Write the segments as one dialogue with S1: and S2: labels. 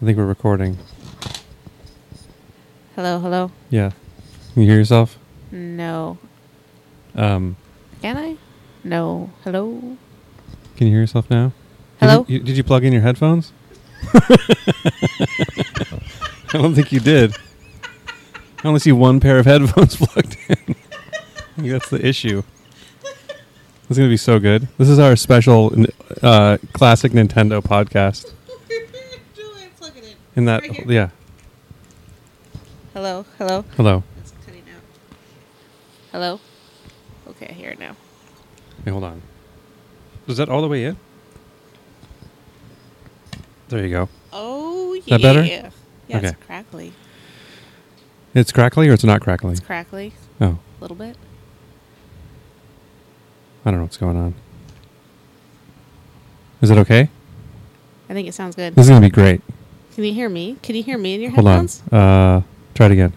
S1: I think we're recording.
S2: Hello, hello.
S1: Yeah. Can you hear yourself?
S2: No.
S1: Um,
S2: Can I? No. Hello.
S1: can you hear yourself now? Did
S2: Hello?
S1: you- you- Did you, plug in your headphones? I don't think you did. I only see one pair of headphones plugged in. I think that's the issue. This is going to be so good. This is our special n- uh, classic Nintendo podcast. In that,
S2: Right here.
S1: yeah.
S2: Hello, hello.
S1: Hello.
S2: It's cutting out. Hello. Okay, I hear it now.
S1: Wait, hold on. Was that all the way in? There you go.
S2: Oh yeah.
S1: that better?
S2: Yeah, it's
S1: Okay.
S2: crackly.
S1: It's crackly or it's not crackly?
S2: It's crackly
S1: oh,
S2: a little bit.
S1: I don't know what's going on. Is it okay?
S2: I think it sounds good.
S1: This is going to be great.
S2: Can you hear me? Can you hear me in your
S1: Hold on.
S2: headphones?
S1: Uh, try it again.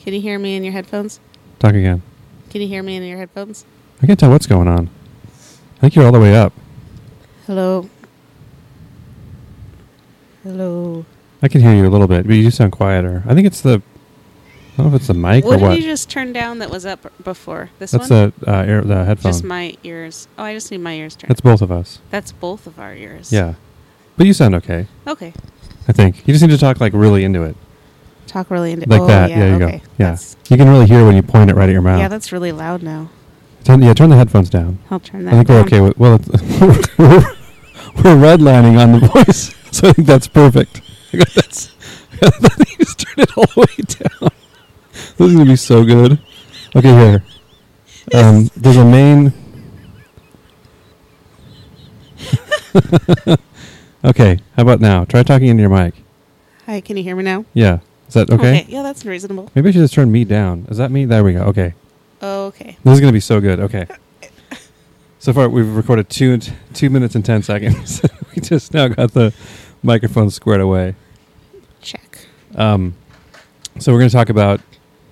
S2: Can you hear me in your headphones?
S1: Talk again.
S2: Can you hear me in your headphones?
S1: I can't tell what's going on. I think you're all the way up.
S2: Hello. Hello.
S1: I can hear you a little bit, but you do sound quieter. I think it's the. I don't know if it's the mic
S2: what
S1: or
S2: did
S1: what.
S2: you just turn down that was up before? This
S1: That's
S2: one?
S1: the uh, air, the headphone.
S2: just my ears. Oh, I just need my ears turned.
S1: That's both of us.
S2: That's both of our ears.
S1: Yeah, but you sound okay.
S2: Okay.
S1: I think you just need to talk like really into it,
S2: Talk really into
S1: like
S2: oh,
S1: that.
S2: Yeah,
S1: there you
S2: okay.
S1: go. Yeah,
S2: That's-
S1: you can really hear when you point it right at your mouth.
S2: yeah, that's really loud now.
S1: turn, yeah, turn the headphones down.
S2: I'll turn that.
S1: I think we're
S2: down.
S1: okay with. Well, it's we're, we're redlining on the voice, so I think that's perfect. I got that's. I think you just turn it all the way down. This is gonna be so good. Okay, here. Um, there's a main. okay, how about now? Try talking into your mic.
S2: Hi, can you hear me now?
S1: Yeah, is that okay?
S2: Yeah, that's reasonable.
S1: Maybe I should just turn me down. Is that me? There we go. Okay.
S2: Okay.
S1: This is gonna be so good. Okay. So far, we've recorded two and two minutes and ten seconds. we just now got the microphone squared away.
S2: Check.
S1: Um, so we're gonna talk about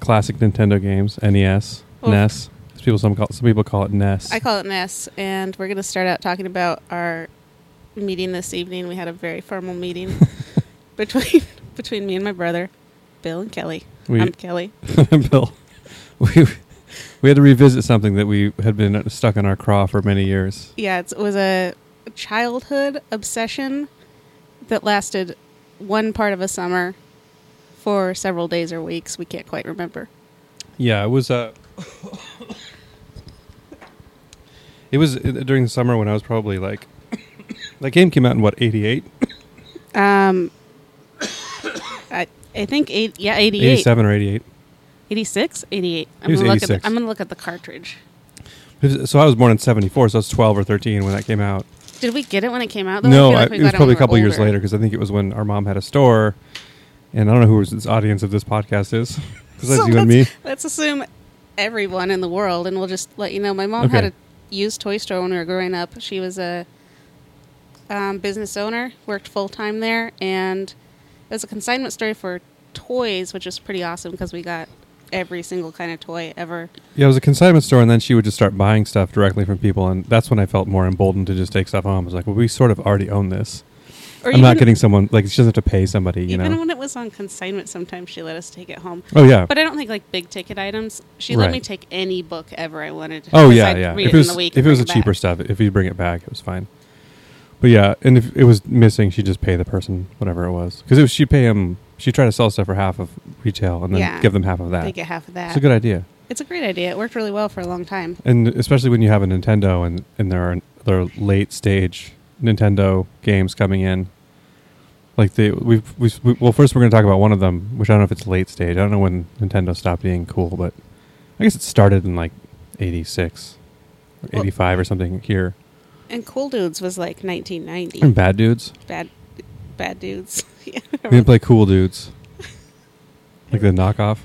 S1: classic Nintendo games, E NES,
S2: Oof.
S1: NES. As people some call some people call it E NES.
S2: I call it Ness, and we're going to start out talking about our meeting this evening. We had a very formal meeting between between me and my brother, Bill and Kelly.
S1: We-
S2: I'm Kelly.
S1: Bill. We we had to revisit something that we had been stuck in our craw for many years.
S2: Yeah, it's, it was a childhood obsession that lasted one part of a summer for several days or weeks. We can't quite remember.
S1: Yeah, it was. Uh, it was uh, during the summer when I was probably like. that game came out in what eighty eight.
S2: Um, I, I think eight, yeah, 88.
S1: 87 or 88.
S2: 86? 88.
S1: It
S2: I'm
S1: was
S2: gonna look at the,
S1: 86.
S2: I'm going to look at the cartridge.
S1: It was- So I was born in 74, so I was 12 or 13 when that came out.
S2: Did we get it when it came out? Though?
S1: No,
S2: I feel
S1: I,
S2: like we
S1: it was
S2: got when
S1: probably
S2: we
S1: a couple
S2: were
S1: years
S2: older.
S1: later because I think it was when our mom had a store. And I don't know who was this audience of this podcast is. Because that's
S2: So
S1: you and me.
S2: let's- Let's assume everyone in the world, and we'll just let you know. My mom had
S1: Okay.
S2: a used toy store when we were growing up. She was a um, business owner, worked full time there, and it was a consignment store for toys, which was pretty awesome because we got every single kind of toy ever.
S1: Yeah, it was a consignment store, and then she would just start buying stuff directly from people. And that's when I felt more emboldened to just take stuff home. I was like, well, we sort of already own this.
S2: Or
S1: I'm not getting someone, like, she doesn't have to pay somebody, you
S2: even
S1: know?
S2: when it was on consignment, sometimes she let us take it home.
S1: Oh, yeah.
S2: But I don't think like big ticket items. She
S1: Right.
S2: let me take any book ever I wanted.
S1: Oh
S2: 'cause
S1: yeah,
S2: I'd
S1: yeah. If
S2: Read it
S1: it
S2: in
S1: was
S2: the week
S1: if
S2: and
S1: it was
S2: bring
S1: the cheaper
S2: back.
S1: stuff, if you bring it back, it was fine. But yeah, and if it was missing, she just pay the person whatever it was because it was she pay him. She tried to sell stuff for half of retail and then
S2: Yeah.
S1: give them half of
S2: They
S1: that.
S2: get half of that.
S1: It's a good idea,
S2: It's a great idea. It worked really well for a long time.
S1: and especially when you have a Nintendo and and there are there are late stage Nintendo games coming in. Like the we've, we've we, well first we're going to talk about one of them, which I don't know if it's late stage. I don't know when Nintendo stopped being cool, but I guess it started in like eighty six or
S2: Well-
S1: eighty five or something here.
S2: And Cool Dudes was like 1990.
S1: And bad dudes.
S2: Bad, bad dudes. Yeah, I,
S1: We didn't
S2: wrote,
S1: play cool dudes. Like the knockoff.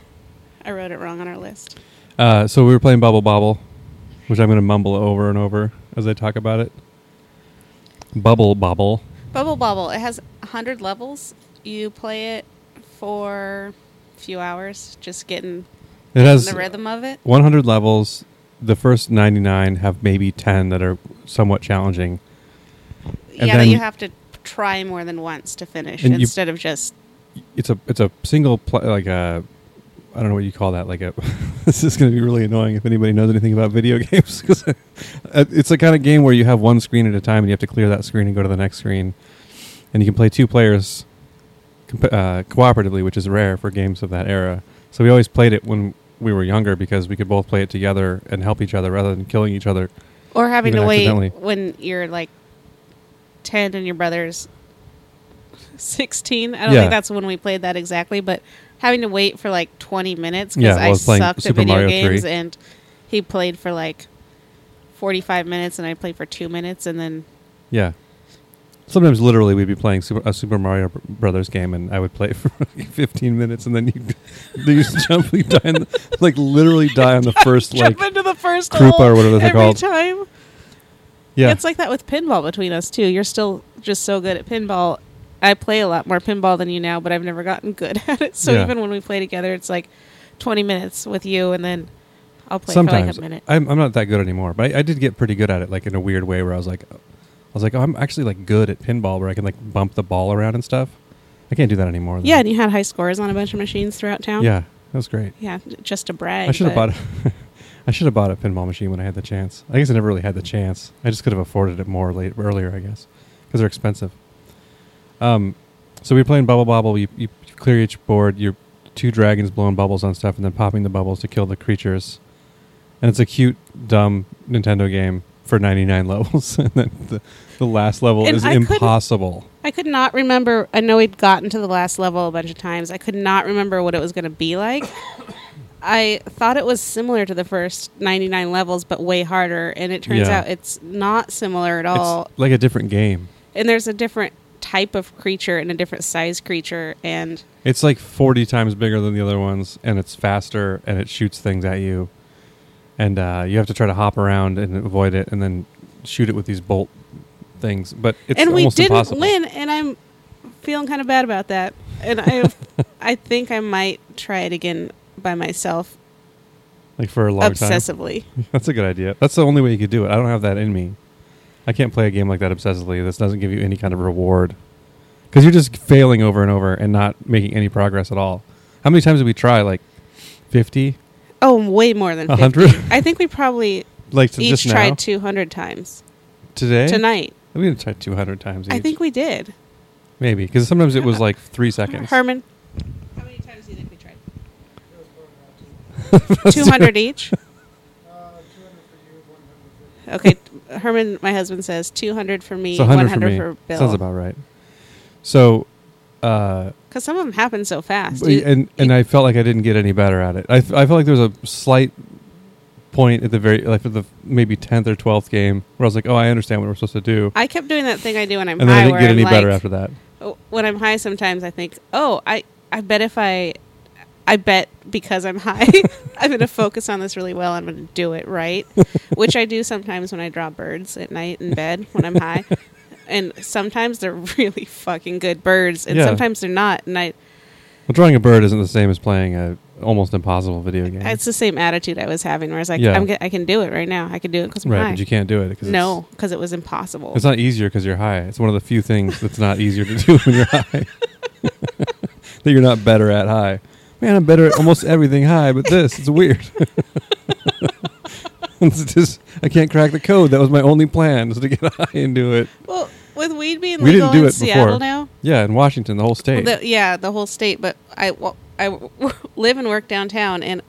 S2: I wrote it wrong on our list.
S1: Uh, so we were playing Bubble Bobble, which I'm going to mumble over and over as I talk about it. Bubble Bobble.
S2: Bubble Bobble. It has 100 levels. You play it for a few hours, just getting
S1: It has
S2: the rhythm of it.
S1: 100 levels. The first 99 have maybe 10 that are somewhat challenging.
S2: Yeah,
S1: then-
S2: that you have to try more than once to finish
S1: And you-
S2: instead of just
S1: It's a it's a single pla like a I don't know what you call that. Like a this is going to be really annoying if anybody knows anything about video games 'cause, uh, it's the kind of game where you have one screen at a time and you have to clear that screen and go to the next screen, and you can play two players comp- uh, cooperatively, which is rare for games of that era. So we always played it when we were younger because we could both play it together and help each other rather than killing each other
S2: or having
S1: Even
S2: to
S1: accidentally.
S2: wait when you're like 10 and your brother's 16 i don't
S1: Yeah.
S2: think that's when we played that exactly but having to wait for like 20 minutes
S1: Yeah,
S2: because
S1: well, I
S2: i
S1: was playing
S2: sucked at
S1: Super
S2: video
S1: Mario
S2: games
S1: 3.
S2: and he played for like 45 minutes and i played for two minutes and then
S1: Yeah. Sometimes literally we'd be playing Super, a Super Mario Br- Brothers game, and I would play for like 15 minutes, and then you you used to jump, you die, on the, like literally die on the first like
S2: jump into the first
S1: Krupa
S2: hole
S1: or whatever they're
S2: every
S1: called.
S2: time
S1: yeah
S2: It's like that with pinball between us too. You're still just so good at pinball. I play a lot more pinball than you now, but I've never gotten good at it. So
S1: Yeah.
S2: even when we play together, it's like 20 minutes with you, and then I'll play for like
S1: sometimes
S2: a minute.
S1: I'm, I'm not that good anymore, but I, I did get pretty good at it like in a weird way where I was like I was like oh, I'm actually like good at pinball where I can like bump the ball around and stuff. I can't do that anymore. though.
S2: yeah, and you had high scores on a bunch of machines throughout town.
S1: yeah, that was great.
S2: yeah, j- just to brag.
S1: I should have
S2: but-
S1: bought. A, I should have bought a pinball machine when I had the chance. I guess I never really had the chance. I just could have afforded it more late earlier, I guess, because they're expensive. Um, so we were playing bubble bobble. You, you clear each board. You're two dragons blowing bubbles on stuff, and then popping the bubbles to kill the creatures. And it's a cute, dumb Nintendo game for 99 levels, and then the, the last level
S2: And
S1: is
S2: I couldn't-
S1: impossible.
S2: I could not remember. I know we'd gotten to the last level a bunch of times. I could not remember what it was going to be like. I thought it was similar to the first 99 levels, but way harder. And it turns
S1: Yeah.
S2: out it's not similar at all.
S1: It's like a different game.
S2: and there's a different type of creature and a different size creature. And
S1: It's like 40 times bigger than the other ones, and it's faster, and it shoots things at you. And uh, you have to try to hop around and avoid it, and then shoot it with these bolt things. But it's
S2: and we
S1: almost
S2: didn't
S1: impossible.
S2: win. And I'm feeling kind of bad about that. And I, I think I might try it again by myself
S1: like for a long
S2: obsessively.
S1: time. That's a good idea. That's the only way you could do it. I don't have that in me. I can't play a game like that obsessively. This doesn't give you any kind of reward because you're just failing over and over and not making any progress at all. How many times did we try? Like 50.
S2: Oh, way more than
S1: A
S2: 50.
S1: hundred?
S2: I think we probably
S1: Like to
S2: each
S1: just now
S2: tried 200 times
S1: today.
S2: tonight.
S1: we didn't try 200 times. Each.
S2: I think we did.
S1: Maybe because sometimes it was like three seconds.
S2: Herman. How many times do you think we tried? 200
S1: Uh,
S2: each? Okay, Herman, my husband says 200 for me,
S1: It's 100, for
S2: 100
S1: me.
S2: for Bill.
S1: Sounds about right. So, uh,
S2: Because some of them happen so fast.
S1: b-
S2: You-
S1: and and I felt like I didn't get any better at it. I, f- I felt like there was a slight point at the very like for the maybe tenth or twelfth game where I was like, oh, I understand what we're supposed to do,
S2: I kept doing that thing Um, I do when I'm
S1: and then I
S2: high.
S1: didn't
S2: where
S1: get
S2: I'm
S1: any
S2: like,
S1: better after that.
S2: oh, When I'm high, sometimes I think, oh, I, I bet if I, I bet because I'm high, I'm going to focus on this really well. I'm going to do it right, which I do sometimes when I draw birds at night in bed when I'm high. And sometimes they're really fucking good birds, and
S1: Yeah.
S2: sometimes they're not. And I,
S1: Well, drawing a bird isn't the same as playing a almost impossible video game,
S2: it's the same attitude I was having, where I was like,
S1: Yeah.
S2: I'm, g- I can do it right now. I can do it because I'm
S1: right?
S2: high.
S1: But you can't do it because
S2: no, because it was impossible.
S1: It's not easier because you're high. It's one of the few things that's not easier to do when you're high. that you're not better at high. Man, I'm better at almost everything high, but this it's weird. it's just I can't crack the code. That was my only plan was to get high and do it.
S2: Well, with weed being
S1: We
S2: legal
S1: didn't do
S2: in
S1: it before.
S2: Seattle now,
S1: Yeah, in Washington, the whole state.
S2: the, yeah, the whole state. But I, wa- I w- live and work downtown, and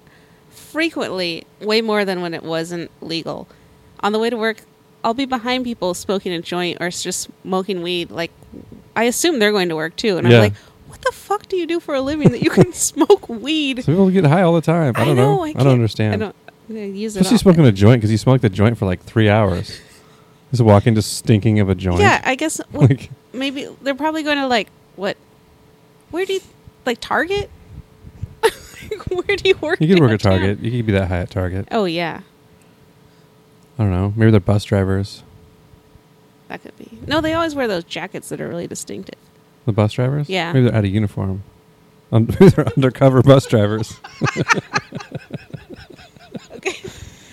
S2: frequently, way more than when it wasn't legal. On the way to work, I'll be behind people smoking a joint or s- just smoking weed. Like, I assume they're going to work too, and
S1: Yeah.
S2: I'm like, what the fuck do you do for a living that you can smoke weed?
S1: Some people get high all the time. I don't know. I,
S2: can't-
S1: don't understand.
S2: I don't I use it.
S1: Especially
S2: often.
S1: smoking a joint because you smoked the joint for like three hours. Just walking, just stinking of a joint.
S2: Yeah, I guess well,
S1: Like-
S2: maybe they're probably going to like what? Where do you like Target? Like, Where do you work?
S1: You could work at
S2: downtown?
S1: Target. You could be that high at Target.
S2: Oh yeah,
S1: I don't know. Maybe they're bus drivers.
S2: that could be. No, they always wear those jackets that are really distinctive.
S1: The bus drivers?
S2: Yeah.
S1: Maybe they're out of uniform. Um, maybe they're undercover bus drivers.
S2: Okay,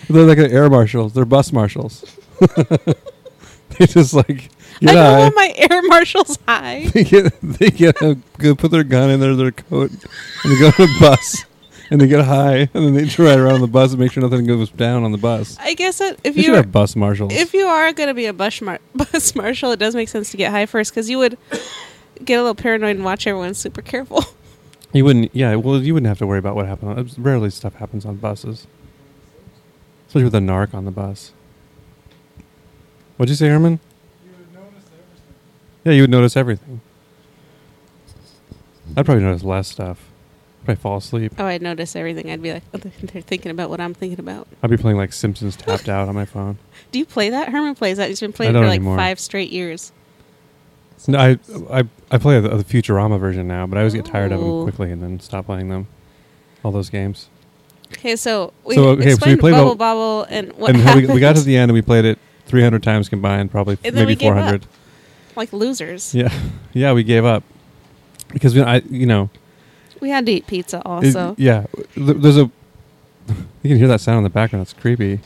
S1: They're like air marshals. They're bus marshals. they just like
S2: I
S1: Get
S2: don't
S1: high.
S2: want my air marshals high.
S1: they get they get a, go put their gun in their, their coat and they go to a bus and they get high and then they ride around on the bus and make sure nothing goes down on the bus.
S2: I guess that if
S1: They should
S2: you
S1: have bus marshals.
S2: if you are going to be a bus, mar- bus marshal, it does make sense to get high first because you would get a little paranoid and watch everyone super careful.
S1: you wouldn't, yeah, well, you wouldn't have to worry about what happened. On, rarely stuff happens on buses, especially with a narc on the bus. What'd you say, Herman? Yeah, you would notice everything. I'd probably notice less stuff. Probably fall asleep.
S2: Oh, I'd notice everything. I'd be like, oh, they're thinking about what I'm thinking about.
S1: I'd be playing like Simpsons Tapped Out on my phone.
S2: Do you play that? Herman plays that. He's been playing
S1: don't
S2: for like
S1: anymore.
S2: five straight years.
S1: No, I, I I play the, the Futurama version now, but I always get tired of them
S2: Oh.
S1: quickly and then stop playing them. All those games.
S2: Okay, so we
S1: So, okay, so we
S2: explained
S1: played
S2: Bubble
S1: about-
S2: Bobble and what
S1: and then we,
S2: happened.
S1: we got to the end and we played it 300 times combined, probably
S2: And then
S1: maybe
S2: we gave up.
S1: 400.
S2: like losers.
S1: Yeah, yeah, we gave up because we, I you know
S2: We had to eat pizza
S1: it-
S2: also.
S1: yeah th- there's a you can hear that sound in the background. It's creepy.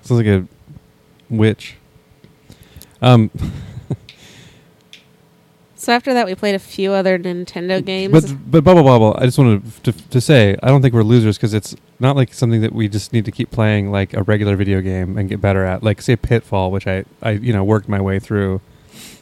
S1: Sounds like a witch. Um,
S2: so after that, we played a few other Nintendo games.
S1: But but bubble bobble. I just wanted to, to say I don't think we're losers because it's not like something that we just need to keep playing like a regular video game and get better at. Like say Pitfall, which I I you know worked my way through,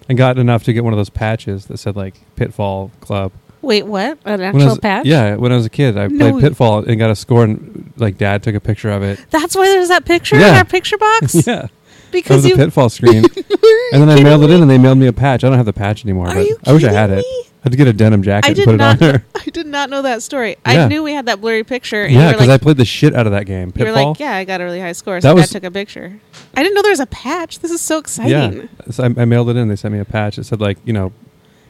S1: and got enough to get one of those patches that said like Pitfall Club.
S2: Wait, what?
S1: When
S2: An
S1: I
S2: actual
S1: was-
S2: patch?
S1: Yeah, when I was a kid, I
S2: No.
S1: played Pitfall and got a score, and like Dad took a picture of it.
S2: That's why there's that picture in
S1: Yeah.
S2: our picture box?
S1: yeah, that
S2: Because
S1: was a
S2: you.
S1: Pitfall screen, and then I
S2: kidding
S1: mailed it
S2: me?
S1: in, and they mailed me a patch. I don't have the patch anymore,
S2: Are
S1: but
S2: you
S1: I wish I had
S2: kidding
S1: it.
S2: me?
S1: I had to get a denim jacket
S2: I
S1: and
S2: did
S1: put it on
S2: not-
S1: there.
S2: I did not know that story.
S1: Yeah.
S2: I knew we had that blurry picture. And
S1: Yeah,
S2: you were
S1: because I
S2: like,
S1: played the shit out of that game.
S2: you were
S1: Pitfall.
S2: like, yeah, I got a really high score.
S1: That
S2: So
S1: was-
S2: Dad took a picture. I didn't know there was a patch. This is so exciting.
S1: Yeah, so I, I mailed it in. They sent me a patch. It said like you know,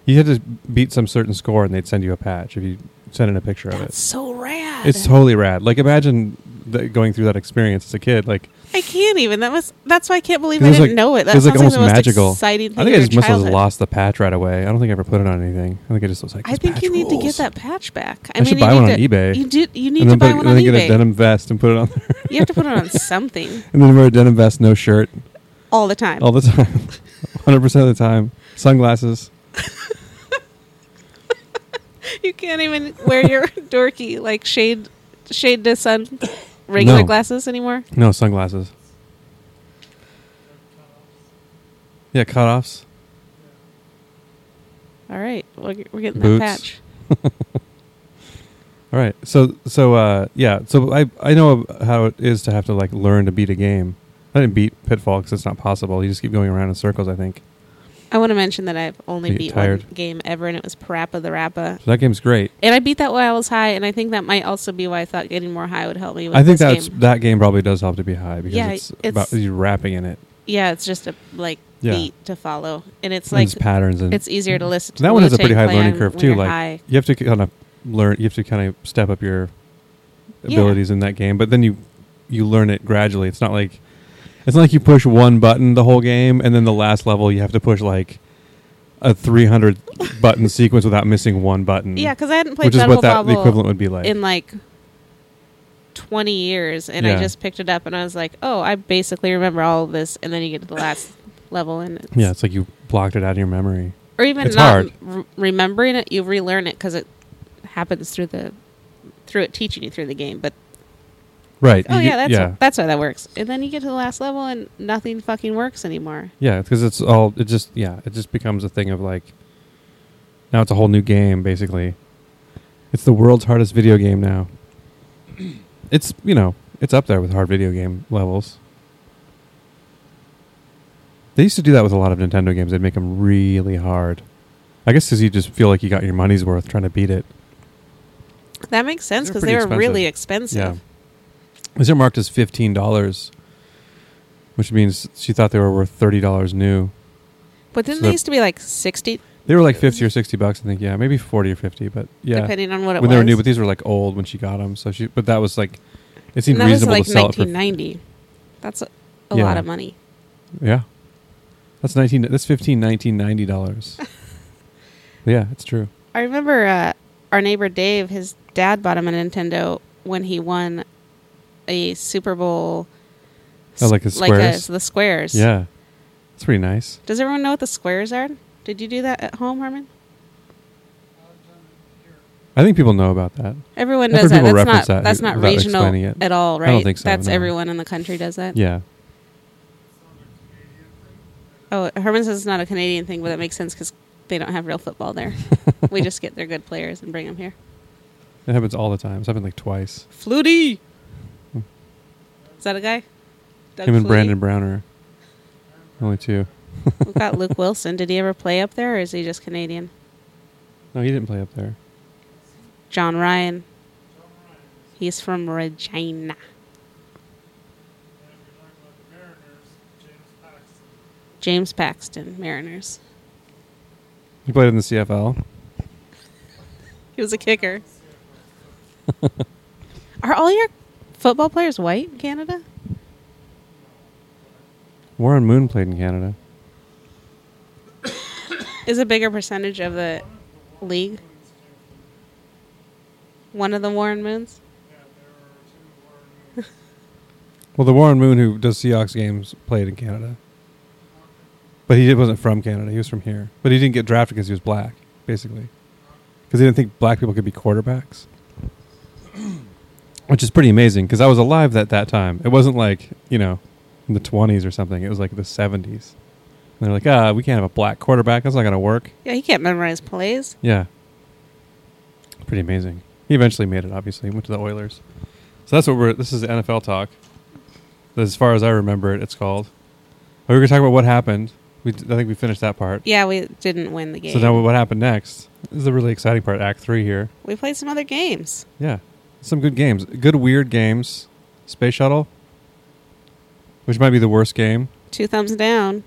S1: you had to beat some certain score, and they'd send you a patch if you sent in a picture of
S2: That's
S1: it.
S2: so rad.
S1: It's totally rad. Like imagine th- going through that experience as a kid. Like
S2: I can't even. That was. That's why I can't believe I
S1: It was
S2: didn't
S1: like-
S2: know it.
S1: it
S2: That
S1: was like
S2: sounds like,
S1: almost
S2: the most
S1: magical.
S2: exciting thing.
S1: I think I
S2: of
S1: just
S2: your
S1: must have
S2: childhood.
S1: lost the patch right away. I don't think I ever put it on anything. I think I just was like.
S2: I
S1: "This
S2: think
S1: patch
S2: you need to
S1: rules."
S2: get that patch back. I,
S1: I
S2: mean,
S1: should
S2: you
S1: buy one
S2: need
S1: on
S2: to-
S1: eBay.
S2: You do. You need
S1: And
S2: to
S1: then,
S2: buy
S1: put-
S2: one
S1: and
S2: on
S1: then get
S2: eBay.
S1: a denim vest and put it on there.
S2: You have to put it on something
S1: and then wear a denim vest, no shirt,
S2: all the time.
S1: all the time, hundred percent of the time. Sunglasses.
S2: You can't even wear your dorky like shade shade to sun regular
S1: No.
S2: glasses anymore.
S1: No sunglasses. Yeah, cutoffs.
S2: All right, we're, we're getting
S1: Boots.
S2: that patch.
S1: All right. So so uh yeah, so I I know how it is to have to like learn to beat a game. I didn't beat Pitfall because it's not possible. You just keep going around in circles. I think
S2: I want to mention that I've only
S1: You get
S2: beat
S1: tired.
S2: one game ever, and it was Parappa the Rappa.
S1: so that game's great.
S2: And I beat that while I was high, and I think that might also be why I thought getting more high would help me. With
S1: I think
S2: this
S1: that's
S2: game.
S1: that game probably does help to be high because
S2: Yeah,
S1: it's,
S2: it's-
S1: about you rapping in it.
S2: yeah, it's just a like
S1: Yeah.
S2: beat to follow, and it's
S1: And
S2: like
S1: it's patterns and
S2: it's easier to listen. to
S1: that one has a
S2: Wu-Tang
S1: pretty high
S2: Clan
S1: learning curve
S2: when
S1: too.
S2: you're
S1: Like
S2: high.
S1: you have to kind of learn. You have to kind of step up your
S2: Yeah.
S1: abilities in that game, but then you you learn it gradually. It's not like it's not like you push one button the whole game, and then the last level you have to push like a three hundred button sequence without missing one button.
S2: yeah, because I hadn't played
S1: which is
S2: Bubble
S1: what that the
S2: Bobble
S1: equivalent would be like.
S2: in like 20 years and
S1: Yeah.
S2: I just picked it up and I was like, "Oh, I basically remember all of this." And then you get to the last level and it's,
S1: yeah, it's like you blocked it out of your memory.
S2: or even
S1: it's
S2: not
S1: hard.
S2: r- remembering it, you relearn it cuz it happens through the through it teaching you through the game. But
S1: Right.
S2: oh
S1: you-
S2: yeah, that's
S1: yeah.
S2: that's why that works. And then you get to the last level and nothing fucking works anymore.
S1: Yeah, because it's all it just yeah it just becomes a thing of like now it's a whole new game basically. It's the world's hardest video game now. It's you know it's up there with hard video game levels. They used to do that with a lot of Nintendo games. They'd make them really hard. I guess because you just feel like you got your money's worth trying to beat it.
S2: That makes sense
S1: They're
S2: cuz they were
S1: pretty
S2: really expensive.
S1: Yeah. These are marked as fifteen dollars, which means she thought they were worth thirty dollars new.
S2: But didn't
S1: So
S2: they
S1: they're-
S2: used to be like 60
S1: They were like fifty or sixty bucks, I think. Yeah, maybe forty or fifty, but yeah,
S2: depending on what it
S1: when
S2: was.
S1: they were new. But these were like old when she got them. So she, but that was like, it seemed
S2: and that was
S1: reasonable
S2: like
S1: to sell it for.
S2: 1990. That's a, a
S1: Yeah.
S2: lot of money.
S1: Yeah, that's nineteen. That's fifteen, nineteen, ninety dollars. yeah, it's true.
S2: I remember uh, our neighbor Dave. His dad bought him a Nintendo when he won a Super Bowl.
S1: Oh, like the
S2: Like
S1: squares?
S2: the squares.
S1: Yeah, It's pretty nice.
S2: Does everyone know what the squares are? Did you do that at home, Herman?
S1: I think people know about that.
S2: Everyone
S1: I've
S2: does
S1: heard
S2: that.
S1: people
S2: That's not
S1: reference that
S2: that's not
S1: without
S2: regional
S1: explaining it.
S2: at all,
S1: I
S2: right?
S1: don't think so,
S2: That's
S1: no.
S2: everyone in the country does that.
S1: Yeah.
S2: Oh, Herman says it's not a Canadian thing, but that makes sense because they don't have real football there. we just get their good players and bring them here.
S1: It happens all the time. It's happened like twice.
S2: Flutie. Is that a guy? Doug
S1: Him and
S2: Flutie?
S1: Brandon Brown are only two.
S2: We've got Luke Wilson. Did he ever play up there, or is he just Canadian?
S1: No, he didn't play up there.
S2: John Ryan. He's from Regina. James Paxton, Mariners.
S1: He played in the CFL.
S2: He was a kicker. Are all your football players white in Canada?
S1: Warren Moon played in Canada.
S2: Is a bigger percentage of the league? One of the Warren Moons?
S1: Well, the Warren Moon who does Seahawks games played in Canada, but he wasn't from Canada. He was from here, but he didn't get drafted because he was black, basically, because he didn't think black people could be quarterbacks, which is pretty amazing. Because I was alive at that time. It wasn't like you know, in the twenties or something. It was like the seventies. And they're like, ah, we can't have a black quarterback. That's not gonna work.
S2: Yeah, he can't memorize plays.
S1: Yeah. Pretty amazing. He eventually made it, obviously. He went to the Oilers. So that's what we're, this is the NFL talk. As far as I remember it, it's called. We were going to talk about what happened. We, d- I think we finished that part.
S2: Yeah, we didn't win the game.
S1: So now what happened next this is the really exciting part, Act 3 here.
S2: we played some other games.
S1: Yeah. Some good games. Good, weird games. Space Shuttle, which might be the worst game.
S2: Two thumbs down.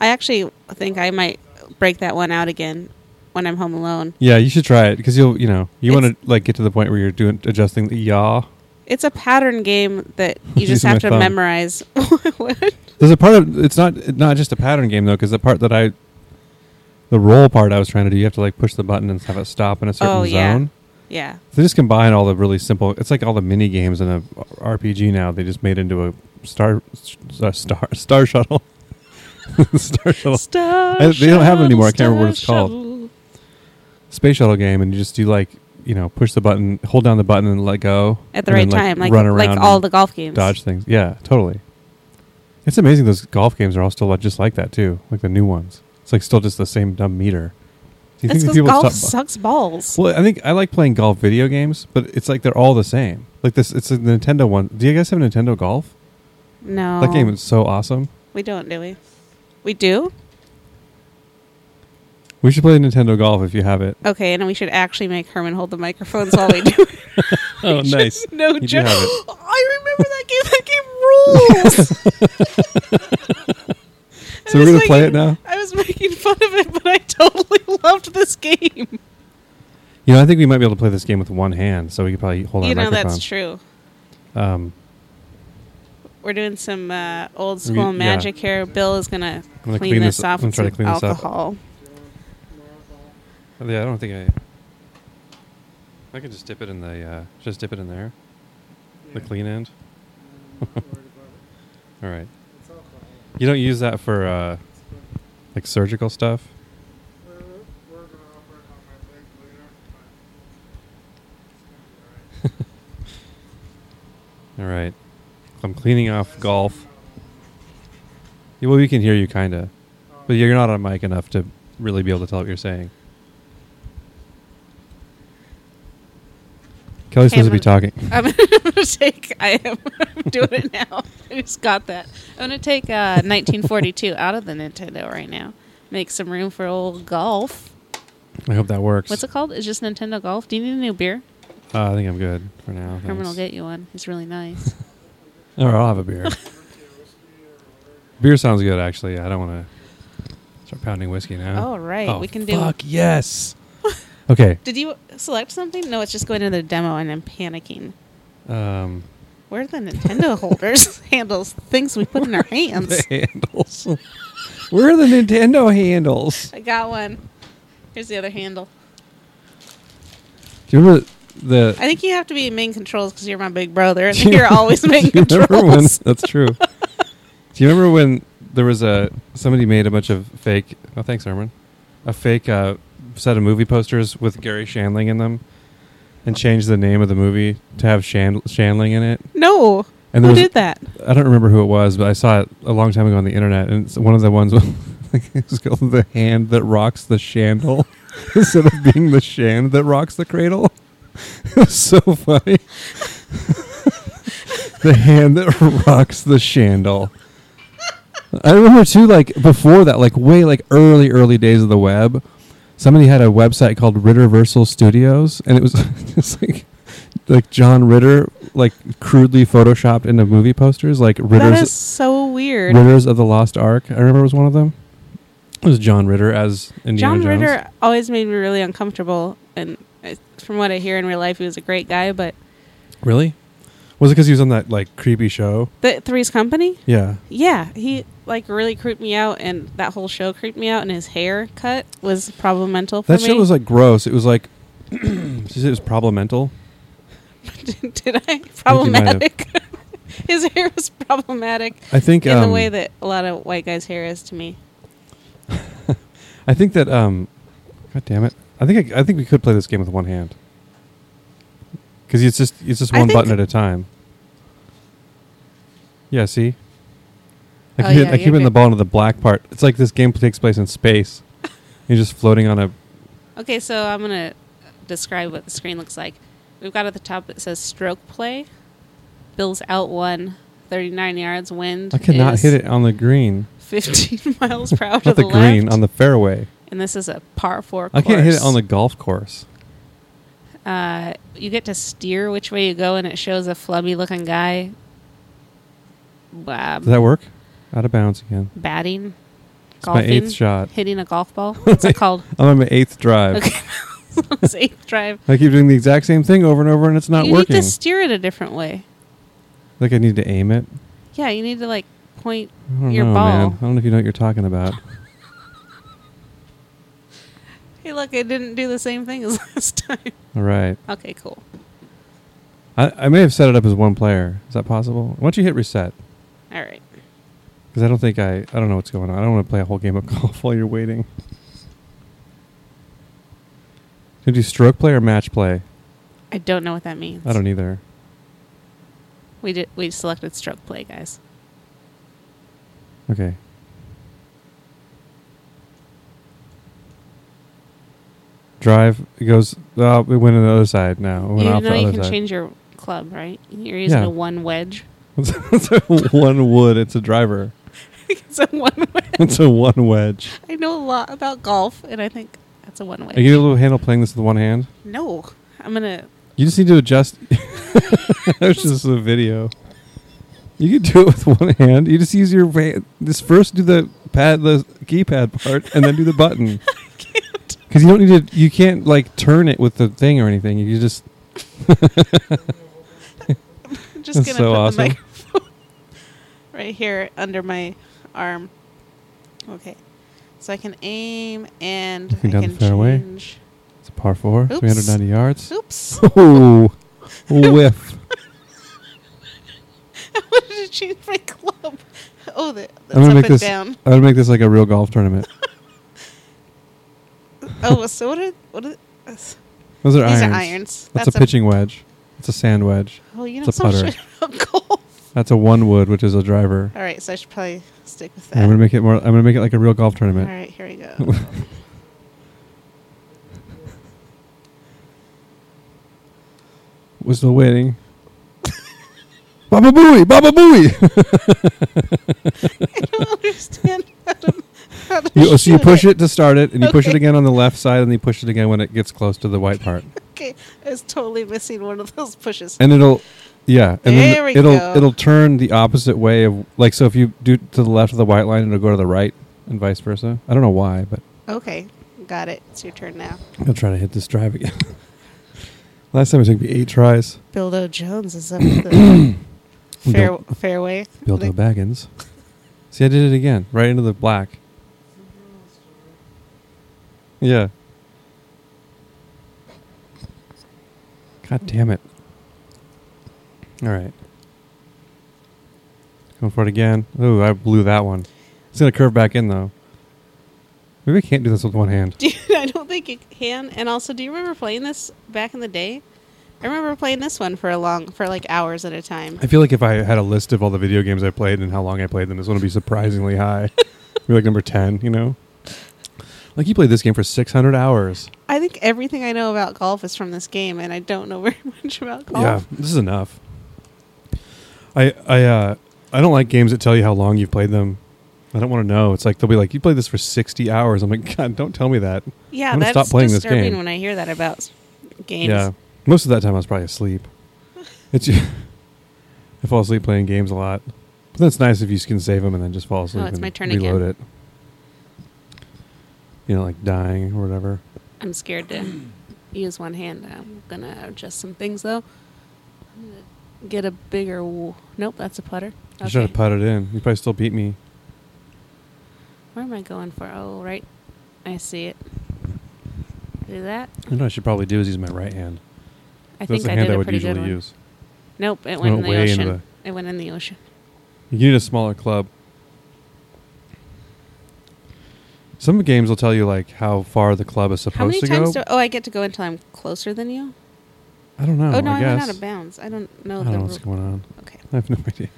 S2: I actually think I might break that one out again when I'm home alone.
S1: Yeah, you should try it because you'll, you know, you want
S2: It's-
S1: to like get to the point where you're doing adjusting the yaw.
S2: It's a pattern game that you just
S1: Using my
S2: have to
S1: thumb.
S2: memorize. What?
S1: There's a part of it's not not just a pattern game though, because the part that I, the roll part I was trying to do, you have to like push the button and have it stop in a certain
S2: Oh, yeah.
S1: zone.
S2: yeah.
S1: They just combine all the really simple. It's like all the mini games in a RPG now. They just made into a star a star star shuttle. star shuttle
S2: Star
S1: I- they don't have it anymore. I can't
S2: Shuttle,
S1: remember what it's
S2: Star
S1: called.
S2: Shuttle.
S1: space shuttle game, and you just do like you know push the button, hold down the button, and let go
S2: At the
S1: and
S2: right
S1: then,
S2: time, like
S1: run
S2: like
S1: around
S2: all
S1: and
S2: the golf games.
S1: dodge things. Yeah, totally. It's amazing those golf games are all still like, just like that too, like the new ones. It's like still just the same dumb meter. Do
S2: That's
S1: that
S2: because golf
S1: stop-
S2: sucks balls.
S1: Well, I think I like playing golf video games, but it's like they're all the same. Like this, it's a Nintendo one. Do you guys have Nintendo Golf?
S2: No,
S1: That game is so awesome.
S2: we don't, do we? We do.
S1: We should play Nintendo Golf if you have it.
S2: Okay, and we should actually make Herman hold the microphones while we do it.
S1: Oh, nice.
S2: no
S1: do
S2: joke.
S1: have it.
S2: I remember that game. That game rules. I
S1: So
S2: was
S1: we're gonna
S2: making-
S1: play it now.
S2: I was making fun of it, but I totally loved this game.
S1: You know, I think we might be able to play this game with one hand, so we could probably hold
S2: you
S1: our
S2: know
S1: microphone.
S2: that's true.
S1: Um,
S2: We're doing some uh, old school
S1: yeah.
S2: magic here. Bill is gonna,
S1: gonna
S2: clean, this, off
S1: I'm
S2: with
S1: trying to
S2: some
S1: clean this up.
S2: alcohol.
S1: Oh, yeah, I don't think I. I could just dip it in the. Uh, just dip it in there. The clean end. All right. You don't use that for uh, like surgical stuff. All right. I'm cleaning off golf. Yeah, well, we can hear you kind of, but you're not on mic enough to really be able to tell what you're saying. Kelly's
S2: Okay,
S1: supposed to be talking.
S2: I'm I'm gonna take. I am I'm doing it now. I just got that. I'm gonna take uh, 1942 out of the Nintendo right now. Make some room for old golf.
S1: I hope that works.
S2: What's it called? It's just Nintendo Golf. Do you need a new beer?
S1: Uh, I think I'm good for now.
S2: Herman will
S1: thanks.
S2: get you one. It's really nice.
S1: Or I'll have a beer. beer sounds good, actually. I don't want to start pounding whiskey now. Oh,
S2: All right, we can do-
S1: Fuck yes. okay.
S2: Did you select something? No, it's just going to the demo, and I'm panicking.
S1: Um,
S2: Where are the Nintendo holders handles things we put in our hands?
S1: the handles. Where are the Nintendo handles?
S2: I got one. Here's the other handle.
S1: Do you remember the?
S2: I think you have to be in main controls because you're my big brother, and
S1: Do you
S2: you're always main
S1: do you remember when-
S2: controls.
S1: That's true. do you remember when there was a somebody made a bunch of fake. Oh, thanks, Herman. A fake uh, set of movie posters with Gary Shandling in them, and changed the name of the movie to have Shand- Shandling in it.
S2: No.
S1: And there
S2: Who
S1: was,
S2: did that?
S1: I don't remember who it was, but I saw it a long time ago on the internet, and it's one of the ones with it's called the hand that rocks the chandel instead of being the shand that rocks the cradle. it was so funny. the hand that rocks the chandel. I remember too, like before that, like way like early, early days of the web, somebody had a website called Ritterversal Studios, and it was just like like John Ritter, like crudely photoshopped into movie posters, like Ritter's
S2: that is so weird.
S1: Ritters of the Lost Ark. I remember was one of them. It was John Ritter as Indiana
S2: John
S1: Jones.
S2: Ritter always made me really uncomfortable, and I, from what I hear in real life, he was a great guy. But
S1: Really? Was it because he was on that like creepy show?
S2: the Three's Company,
S1: Yeah.
S2: yeah, he like really creeped me out, and that whole show creeped me out. And his hair cut was problematical for
S1: That
S2: me.
S1: show was like gross. It was like she said it was problematic.
S2: did, did
S1: you
S2: I
S1: might have.
S2: problematic? his hair was problematic
S1: I think
S2: in
S1: um,
S2: the way that a lot of white guys' hair is to me.
S1: I think that um, God damn it! I think I, I think we could play this game with one hand because it's just it's just
S2: I
S1: one
S2: think-
S1: button at a time. Yeah. See. I
S2: Oh,
S1: keep, it-
S2: yeah,
S1: I keep
S2: you're
S1: it in the
S2: good.
S1: ball into the black part. It's like this game takes place in space. You're just floating on a
S2: Okay, so I'm gonna describe what the screen looks like. We've got at the top it says stroke play. Bills out one, 39 yards. Wind.
S1: I cannot
S2: is
S1: hit it on the green.
S2: 15 miles per hour to
S1: Not the,
S2: the,
S1: green,
S2: left.
S1: on the fairway.
S2: and this is a par four.
S1: I
S2: Course.
S1: can't hit it on the golf course.
S2: Uh, you get to steer which way you go, and it shows a flubby looking guy. Wow.
S1: Does that work? Out of bounds again.
S2: batting,
S1: It's
S2: golfing,
S1: my eighth shot.
S2: hitting a golf ball. What's it called?
S1: I'm on my eighth drive.
S2: Okay, it's eighth drive.
S1: I keep doing the exact same thing over and over, and it's not
S2: you
S1: working.
S2: need to steer it a different way.
S1: like I need to aim it.
S2: Yeah, you need to like point
S1: I don't
S2: your
S1: know,
S2: ball.
S1: man. I don't know if you know what you're talking about.
S2: Hey, look, I didn't do the same thing as last time.
S1: All right.
S2: Okay, cool.
S1: I, I may have set it up as one player. Is that possible? Why don't you hit reset?
S2: All right.
S1: Because I don't think I I don't know what's going on. I don't want to play a whole game of golf while you're waiting. Can you do stroke play or match play?
S2: I don't know what that means.
S1: I don't e- either.
S2: We did. We selected stroke play, guys.
S1: Okay. Drive it goes. Oh, it went on the other side now. It went
S2: you
S1: off
S2: know
S1: the
S2: you
S1: other
S2: can
S1: side.
S2: change your club, right? You're using
S1: Yeah.
S2: a one wedge.
S1: it's a one wood. It's a driver.
S2: it's a one wedge.
S1: It's a one wedge.
S2: I know a lot about golf, and I think that's a one wedge.
S1: Are you able to handle playing this with one hand?
S2: no, I'm gonna.
S1: You just need to adjust. There's just a video. You can do it with one hand. You just use your wa- just first do the pad, the keypad part, and then do the button.
S2: I can't.
S1: Because you don't need to. You can't like turn it with the thing or anything. You just
S2: I'm just
S1: That's
S2: gonna
S1: so
S2: put
S1: awesome.
S2: the microphone right here under my arm. Okay, so I can aim and
S1: Looking
S2: I
S1: down the
S2: can
S1: fairway.
S2: change.
S1: It's a par four,
S2: Oops.
S1: 390 yards.
S2: Oops.
S1: Oh, whiff.
S2: I wanted to change my club. Oh, the, that's
S1: I'm gonna
S2: up
S1: make
S2: and
S1: this.
S2: down.
S1: I'm gonna make this like a real golf tournament.
S2: Oh, so what are what are these
S1: Those are irons.
S2: are irons?
S1: That's, a pitching wedge. That's a sand wedge.
S2: Oh, you know
S1: it's a
S2: some
S1: putter.
S2: shit about golf.
S1: That's a one wood, which is a driver.
S2: All right, so I should probably stick with
S1: I'm
S2: that.
S1: gonna make it more. I'm gonna make it like a real golf
S2: All
S1: tournament.
S2: right, here we go.
S1: We're still waiting. Baba Booey! Baba Booey!
S2: I don't understand how to, how to
S1: you, oh, so you
S2: shoot
S1: push it to start it, and you push it
S2: Okay.
S1: again on the left side, and you push it again when it gets close to the white part.
S2: Okay, I was totally missing one of those pushes.
S1: And it'll, yeah, and
S2: There
S1: then
S2: we
S1: it'll
S2: go.
S1: it'll turn the opposite way of like so. If you do to the left of the white line, it'll go to the right, and vice versa. I don't know why, but
S2: Okay, got it. It's your turn now.
S1: I'll try to hit this drive again. Last time it took me eight tries.
S2: Bildo Jones is up the fair, fairway.
S1: Bildo
S2: Like,
S1: Baggins. See, I did it again, right into the black. Yeah. God damn it. All right. Going for it again. Ooh, I blew that one. It's gonna curve back in though. Maybe I can't do this with one hand.
S2: Dude, I don't think it can. And also, do you remember playing this back in the day? I remember playing this one for a long, for like hours at a time.
S1: I feel like if I had a list of all the video games I played and how long I played them, this one would be surprisingly high. We're like number ten, you know. Like you played this game for six hundred hours.
S2: I think everything I know about golf is from this game, and I don't know very much about golf.
S1: Yeah, this is enough. I I uh, I don't like games that tell you how long you've played them. I don't want to know. It's like they'll be like, "You played this for sixty hours." I'm like, God, don't tell me that.
S2: Yeah,
S1: I'm gonna stop
S2: that's
S1: playing this
S2: disturbing
S1: game.
S2: when I hear that about s- games.
S1: Yeah, most of that time I was probably asleep. It's I fall asleep playing games a lot. But that's nice if you can save them and then just fall asleep.
S2: Oh, it's
S1: and
S2: my turn
S1: reload
S2: again.
S1: it. You know, like dying or whatever.
S2: I'm scared to use one hand. I'm gonna adjust some things though. I'm gonna Get a bigger. W- nope, that's a putter.
S1: You should have put it in. You probably still beat me.
S2: Where am I going for? Oh, right. I see it. Do that.
S1: You know, what I should probably do is use my right hand.
S2: I
S1: That's
S2: think
S1: the
S2: I
S1: hand
S2: did
S1: I
S2: a
S1: would
S2: pretty good
S1: usually
S2: one.
S1: use.
S2: Nope,
S1: went
S2: it went in the
S1: way into
S2: ocean. It went in the ocean.
S1: You need a smaller club. Some games will tell you like how far the club is supposed
S2: How many
S1: to
S2: times
S1: go.
S2: do? Oh, I get to go until I'm closer than you.
S1: I don't know.
S2: oh no, I,
S1: I
S2: went
S1: guess.
S2: out of bounds. I don't know
S1: I don't
S2: the
S1: know what's
S2: rule.
S1: going on.
S2: Okay.
S1: I have no idea.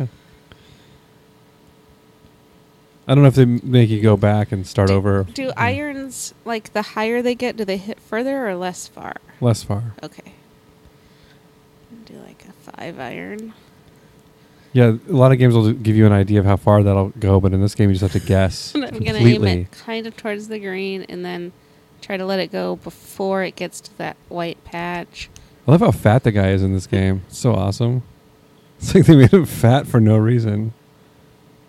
S1: I don't know if they make you go back and start
S2: Do-
S1: over
S2: Do irons like the higher they get, do they hit further or less far?
S1: less far.
S2: Okay. Do like a five iron.
S1: Yeah, a lot of games will give you an idea of how far that'll go, but in this game you just have to guess
S2: I'm gonna
S1: completely.
S2: aim it kind of towards the green and then try to let it go before it gets to that white patch.
S1: I love how fat the guy is in this game. It's so awesome. It's like they made him fat for no reason.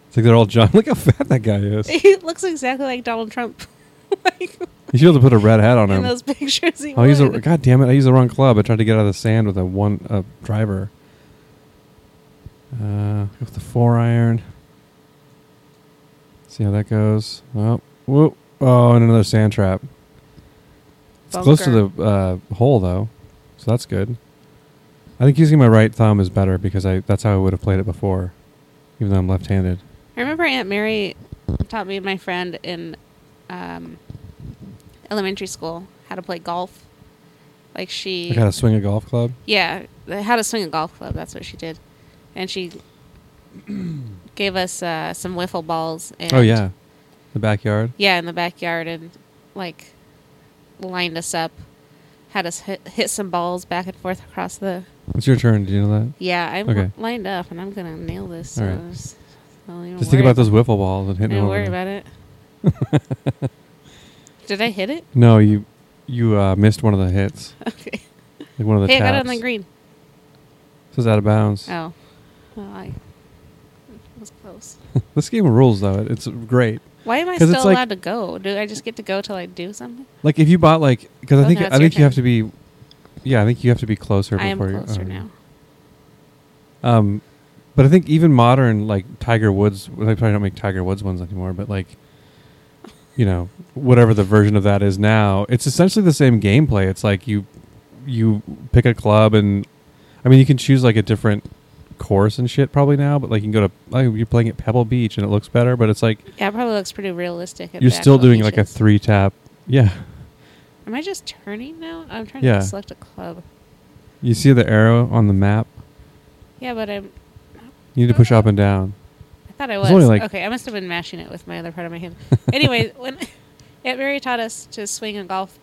S1: It's like they're all John. Look how fat that guy is. You
S2: It looks exactly like Donald Trump. like
S1: should be able to put a red hat on
S2: in
S1: him.
S2: those pictures. He
S1: Oh, he's a
S2: would.
S1: god damn it! I used the wrong club. I tried to get out of the sand with a one a driver. Uh, with the four iron. See how that goes. Oh, whoop! Oh, and another sand trap. It's close to
S2: Bunker.
S1: the uh, hole though, so that's good. I think using my right thumb is better because I that's how I would have played it before, even though I'm left-handed.
S2: I remember Aunt Mary taught me and my friend in um, elementary school how to play golf. Like she,
S1: Like how to swing a golf club.
S2: yeah, how to swing a golf club. That's what she did, and she gave us uh, some wiffle balls. And
S1: Oh yeah, the backyard.
S2: yeah, in the backyard, and like lined us up, had us hit, hit some balls back and forth across the.
S1: It's your turn. Do you know that?
S2: Yeah, I'm
S1: Okay.
S2: lined up, and I'm gonna nail this.
S1: All
S2: So
S1: right.
S2: just, don't even
S1: Just think
S2: worry
S1: about those wiffle balls and hitting them.
S2: Don't worry
S1: over the-
S2: about it. Did I hit it?
S1: No, you you uh, missed one of the hits,
S2: Okay.
S1: like one of the
S2: hey,
S1: taps.
S2: I got it on the green.
S1: This is out of bounds.
S2: Oh. Well, I it was close.
S1: This game rules though. It- It's great.
S2: Why am I
S1: 'Cause
S2: still
S1: it's like-
S2: allowed to go? Do I just get to go till I do something?
S1: Like if you bought like because I
S2: Oh,
S1: think
S2: no,
S1: I
S2: it's your
S1: think you
S2: turn.
S1: have to be, yeah, I think you have to be closer.
S2: I am
S1: before you-
S2: closer
S1: um,
S2: now.
S1: Um, but I think even modern like Tiger Woods, well, they probably don't make Tiger Woods ones anymore. But like, you know, whatever the version of that is now, it's essentially the same gameplay. It's like you you pick a club, and I mean, you can choose like a different course and shit probably now. But like, you can go to like you're playing at Pebble Beach, and it looks better. But it's like
S2: Yeah, it probably looks pretty realistic. at
S1: you're
S2: the
S1: still
S2: actual
S1: doing like a
S2: beaches.
S1: three tap. Yeah,
S2: Am I just turning now? I'm trying
S1: Yeah.
S2: to select a club.
S1: you see the arrow on the map.
S2: Yeah, but I'm.
S1: You need to push up and down.
S2: I thought I
S1: It's
S2: was.
S1: only like-
S2: okay, I must have been mashing it with my other part of my hand. anyway, when Aunt Mary taught us to swing a golf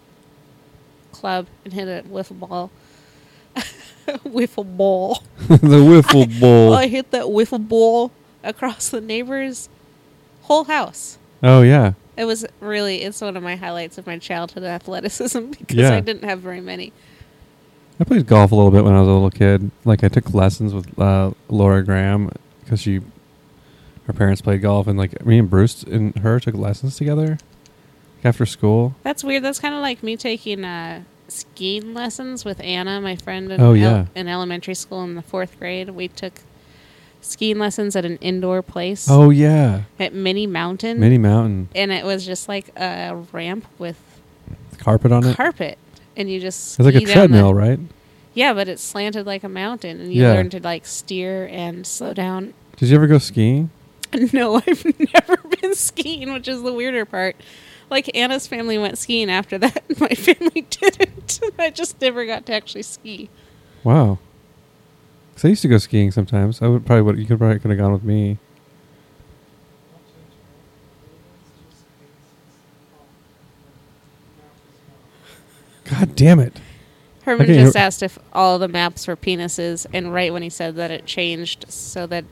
S2: club and hit a wiffle ball. wiffle ball.
S1: the wiffle bowl.
S2: I hit that wiffle ball across the neighbor's whole house.
S1: Oh yeah.
S2: It was really, it's one of my highlights of my childhood athleticism because
S1: Yeah.
S2: I didn't have very many.
S1: I played golf a little bit when I was a little kid. Like I took lessons with uh, Laura Graham because she, her parents played golf, and like me and Bruce and her took lessons together after school.
S2: That's weird. That's kind of like me taking uh, skiing lessons with Anna, my friend in,
S1: Oh, yeah.
S2: in elementary school in the fourth grade. We took skiing lessons at an indoor place
S1: Oh yeah,
S2: at Mini Mountain.
S1: Mini Mountain,
S2: and it was just like a ramp with
S1: the carpet on it.
S2: carpet. And you just.
S1: It's like a
S2: ski down the-
S1: treadmill, right?
S2: Yeah, but it's slanted like a mountain, and you
S1: Yeah.
S2: learn to like steer and slow down.
S1: Did you ever go skiing?
S2: No, I've never been went skiing, which is the weirder part. Like Anna's family went skiing after that, and my family didn't. I just never got to actually ski.
S1: Wow. Because I used to go skiing sometimes. I would probably would. You could probably could have gone with me. God damn it!
S2: Herman
S1: Okay,
S2: just
S1: here-
S2: asked if all the maps were penises, and right when he said that, it changed so that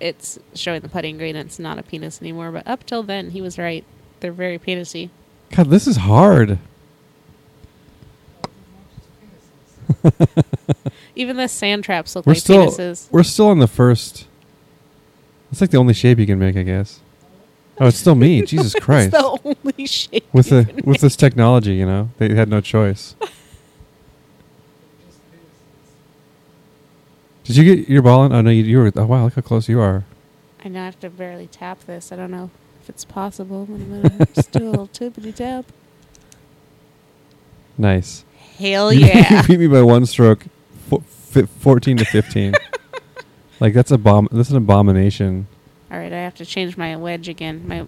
S2: it's showing the putting green. and It's not a penis anymore. But up till then, he was right. They're very penisy.
S1: God, this is hard.
S2: Even the sand traps look
S1: We're
S2: like
S1: still
S2: penises.
S1: we're still on the first. That's like the only shape you can make, I guess. Oh, it's still me. Jesus Christ!
S2: It's the only shape.
S1: With the with this technology, you know, they had no choice. Did you get your ball in? Oh no, you, you were. Oh wow, look how close you are.
S2: I know I have to barely tap this. I don't know if it's possible. I'm gonna just do a little tippity tap.
S1: Nice.
S2: Hell
S1: You beat-
S2: yeah!
S1: you beat me by one stroke, fo- fi- fourteen to fifteen. like that's a bomb. That's an abomination.
S2: All right, I have to change my wedge again. My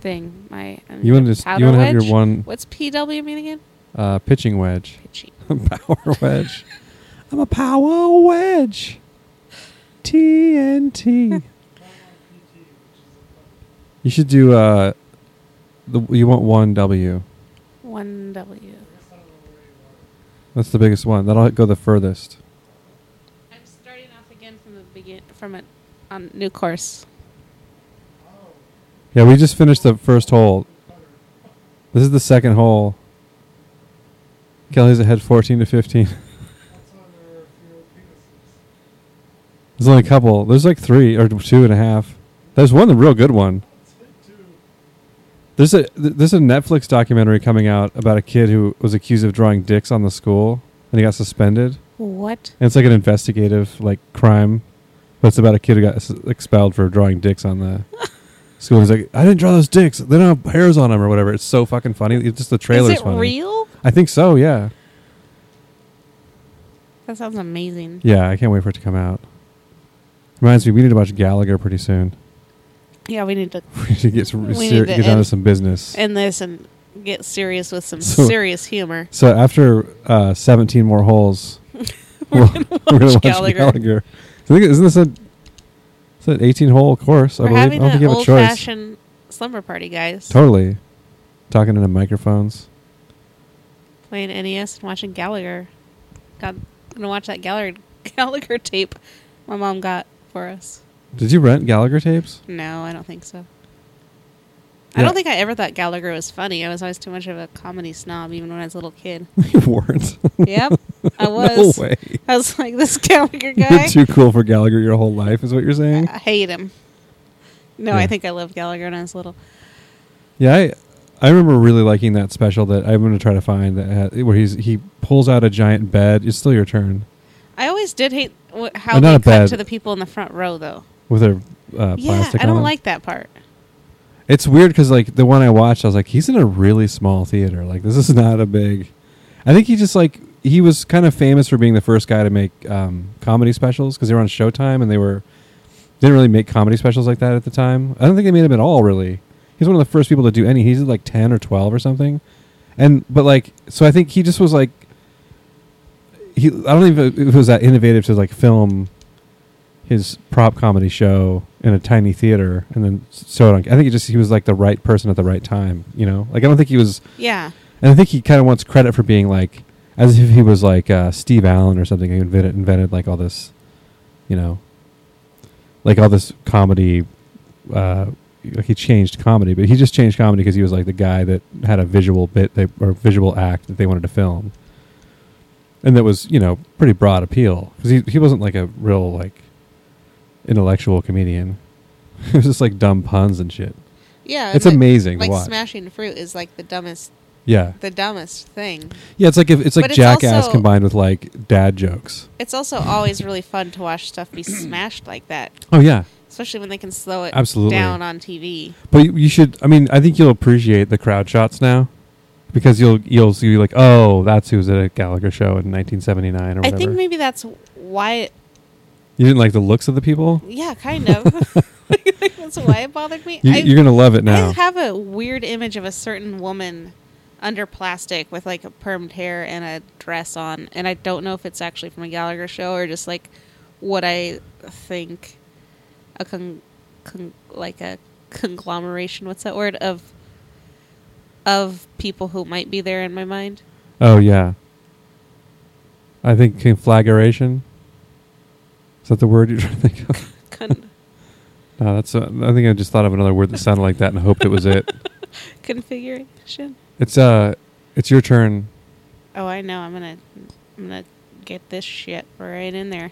S2: thing. My um,
S1: You want to just you
S2: powder
S1: want to have your
S2: wedge?
S1: one
S2: What's PW mean again?
S1: uh, pitching wedge,
S2: Pitchy.
S1: power wedge. I'm a power wedge. TNT. you should do uh, the you want one W.
S2: One W.
S1: That's the biggest one. That'll go the furthest.
S2: I'm starting off again from the begin from a on new course.
S1: Yeah, we just finished the first hole. This is the second hole. Kelly's ahead 14 to 15. There's only a couple. There's like three or two and a half. There's one real good one. There's a th- there's a Netflix documentary coming out about a kid who was accused of drawing dicks on the school and he got suspended.
S2: What?
S1: And it's like an investigative like crime, but it's about a kid who got s- expelled for drawing dicks on the school. He's like, I didn't draw those dicks. They don't have hairs on them or whatever. It's so fucking funny. It's just the trailer's
S2: Is it
S1: funny.
S2: real?
S1: I think so. Yeah,
S2: That sounds amazing.
S1: yeah. I can't wait for it to come out. Reminds me, we need to watch Gallagher pretty soon.
S2: Yeah, we need to
S1: we need to get, some,
S2: We
S1: ser-
S2: need to
S1: get down to
S2: end-
S1: some business.
S2: end this and get serious with some
S1: So-
S2: serious humor.
S1: So after uh, 17 more holes, we're going to
S2: watch Gallagher.
S1: So I think, isn't this a, it's an 18 hole course? I
S2: We're
S1: believe. I
S2: having
S1: don't think
S2: an
S1: you have a
S2: old
S1: choice.
S2: fashioned slumber party, guys.
S1: Totally. Talking into microphones.
S2: Playing NES and watching Gallagher. God, I'm gonna watch that Gallagher Gallagher tape my mom got for us.
S1: Did you rent Gallagher tapes?
S2: No, I don't think so. I
S1: Yeah.
S2: don't think I ever thought Gallagher was funny. I was always too much of a comedy snob, even when I was a little kid.
S1: you weren't.
S2: yep, I was.
S1: No way.
S2: I was like this Gallagher
S1: You're
S2: guy.
S1: too cool for Gallagher your whole life, is what you're saying?
S2: I hate him. No,
S1: Yeah.
S2: I think I loved Gallagher when I was little.
S1: Yeah, I I remember really liking that special that I'm going to try to find that had, where he's he pulls out a giant bed. It's still your turn
S2: I always did hate wh-
S1: Uh,
S2: how
S1: not
S2: they
S1: a
S2: cut
S1: bad-
S2: to the people in the front row, though.
S1: with a uh,
S2: yeah,
S1: plastic.
S2: I
S1: on
S2: don't
S1: him.
S2: like that part.
S1: It's weird because like the one I watched, I was like, he's in a really small theater. Like this is not a big. I think he just like he was kind of famous for being the first guy to make um, comedy specials because they were on Showtime and they were didn't really make comedy specials like that at the time. I don't think they made him at all. Really, he's one of the first people to do any. He's like ten or twelve or something, and but like so I think he just was like he. I don't even if it was that innovative to like film his prop comedy show in a tiny theater and then s- show it on. I think he just he was like the right person at the right time, you know. Like I don't think he was,
S2: Yeah,
S1: and I think he kind of wants credit for being like as if he was like uh, Steve Allen or something who invented invented like all this, you know, like all this comedy. Uh, like he changed comedy, but he just changed comedy because he was like the guy that had a visual bit they, or visual act that they wanted to film, and that was you know pretty broad appeal because he he wasn't like a real like intellectual comedian. it was just like dumb puns and shit.
S2: yeah.
S1: It's
S2: and the-
S1: amazing to
S2: Like
S1: watch.
S2: smashing fruit is like the dumbest,
S1: Yeah,
S2: the dumbest thing.
S1: yeah. It's like if, it's like
S2: But it's
S1: jackass
S2: also-
S1: combined with like dad jokes.
S2: It's also always really fun to watch stuff be smashed like that,
S1: Oh yeah,
S2: especially when they can slow it
S1: Absolutely.
S2: down on TV.
S1: but you, you should. I mean, I think you'll appreciate the crowd shots now because you'll you'll see like, oh, that's who was at a Gallagher show in 1979 or
S2: I
S1: whatever.
S2: think maybe that's why.
S1: you didn't like the looks of the people.
S2: Yeah, kind of. Like, That's why it bothered me.
S1: You,
S2: I-
S1: you're gonna love it
S2: I
S1: now.
S2: have a weird image of a certain woman under plastic with like a permed hair and a dress on, and I don't know if it's actually from a Gallagher show or just like what I think a con, con like a conglomeration. What's that word of of people who might be there in my mind?
S1: Oh yeah. I think conflagration. Is that the word you're trying to think of?
S2: Con,
S1: No, that's. Uh, I think I just thought of another word that sounded like that and hoped it was it.
S2: configuration.
S1: It's uh, it's your turn.
S2: Oh, I know. I'm gonna I'm gonna get this shit right in there.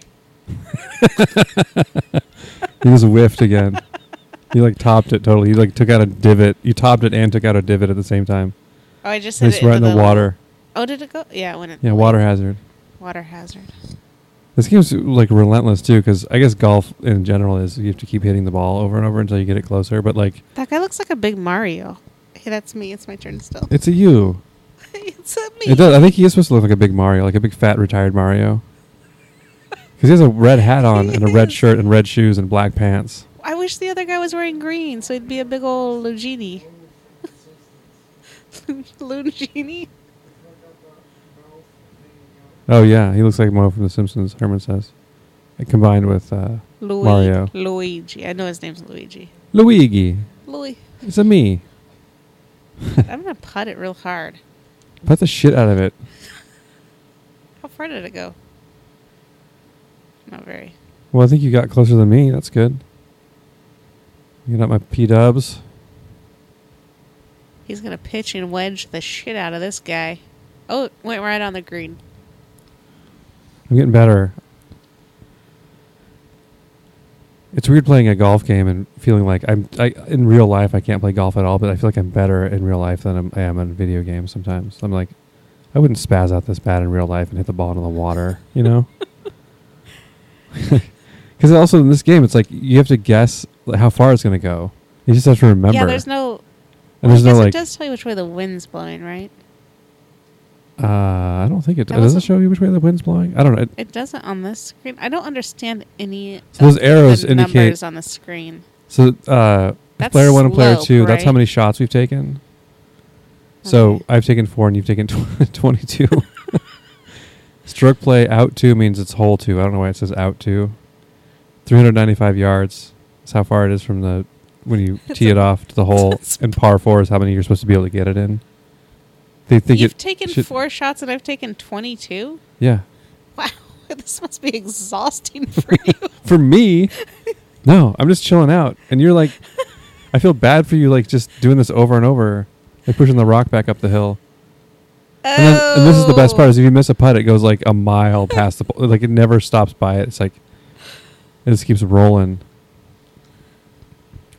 S1: You just whiffed again. You like topped it totally. You like took out a divot. You topped it and took out a divot at the same time.
S2: Oh, I just said
S1: It's
S2: it
S1: right in
S2: into
S1: the water.
S2: Oh, did it go? Yeah, when it
S1: Yeah, water hazard.
S2: water hazard.
S1: This game's like relentless too, because I guess golf in general is you have to keep hitting the ball over and over until you get it closer. But like,
S2: That guy looks like a big Mario. Hey, that's me. It's my turn still.
S1: it's a you.
S2: it's a me.
S1: It does. I think he is supposed to look like a big Mario, like a big fat retired Mario. Because he has a red hat on and a red
S2: Yes.
S1: shirt and red shoes and black pants.
S2: I wish the other guy was wearing green, so he'd be a big old Lugini. Lugini?
S1: Oh yeah, he looks like Mo from The Simpsons. Herman says, Uh, combined with uh,
S2: Luigi.
S1: Mario.
S2: Luigi. I know his name's Luigi.
S1: Luigi.
S2: Louis.
S1: It's a me.
S2: I'm going to putt it real hard.
S1: Put the shit out of it.
S2: How far did it go? Not very.
S1: Well, I think you got closer than me. That's good. You got my p dubs.
S2: He's going to pitch and wedge the shit out of this guy. Oh, it went right on the green.
S1: I'm getting better. It's weird playing a golf game and feeling like I'm I, in real life. I can't play golf at all, but I feel like I'm better in real life than I'm, I am in video games. Sometimes I'm like, I wouldn't spaz out this bad in real life and hit the ball into the water, you know. Because also in this game, it's like you have to guess how far it's going to go. You just have to remember.
S2: Yeah, there's no.
S1: and there's
S2: I
S1: no
S2: guess
S1: like.
S2: it does tell you which way the wind's blowing, right?
S1: Uh, I don't think it
S2: That
S1: does. Does it
S2: wasn't-
S1: show you which way the wind's blowing? I don't know. It,
S2: It doesn't on this screen. I don't understand any.
S1: So those
S2: of
S1: arrows
S2: the
S1: indicate-
S2: numbers on the screen.
S1: So uh,
S2: That's
S1: player one and player
S2: slope,
S1: two. That's how
S2: right?
S1: many shots we've taken. So
S2: Okay.
S1: I've taken four and you've taken tw- twenty-two. Stroke play out two means it's hole two. I don't know why it says out two. Three hundred ninety-five yards is how far it is from the when you
S2: It's
S1: tee
S2: a-
S1: it off to the hole,
S2: it's-
S1: and par four is how many you're supposed to be able to get it in. They think
S2: You've
S1: it
S2: taken
S1: should-
S2: four shots and I've taken twenty-two.
S1: Yeah,
S2: Wow, this must be exhausting for you.
S1: for me, no, I'm just chilling out. And you're like, I feel bad for you, like just doing this over and over, like pushing the rock back up the hill. And, then, and this is the best part: is if you miss a putt, it goes like a mile past the ball. Like it never stops by it. It's like it just keeps rolling.
S2: Oh.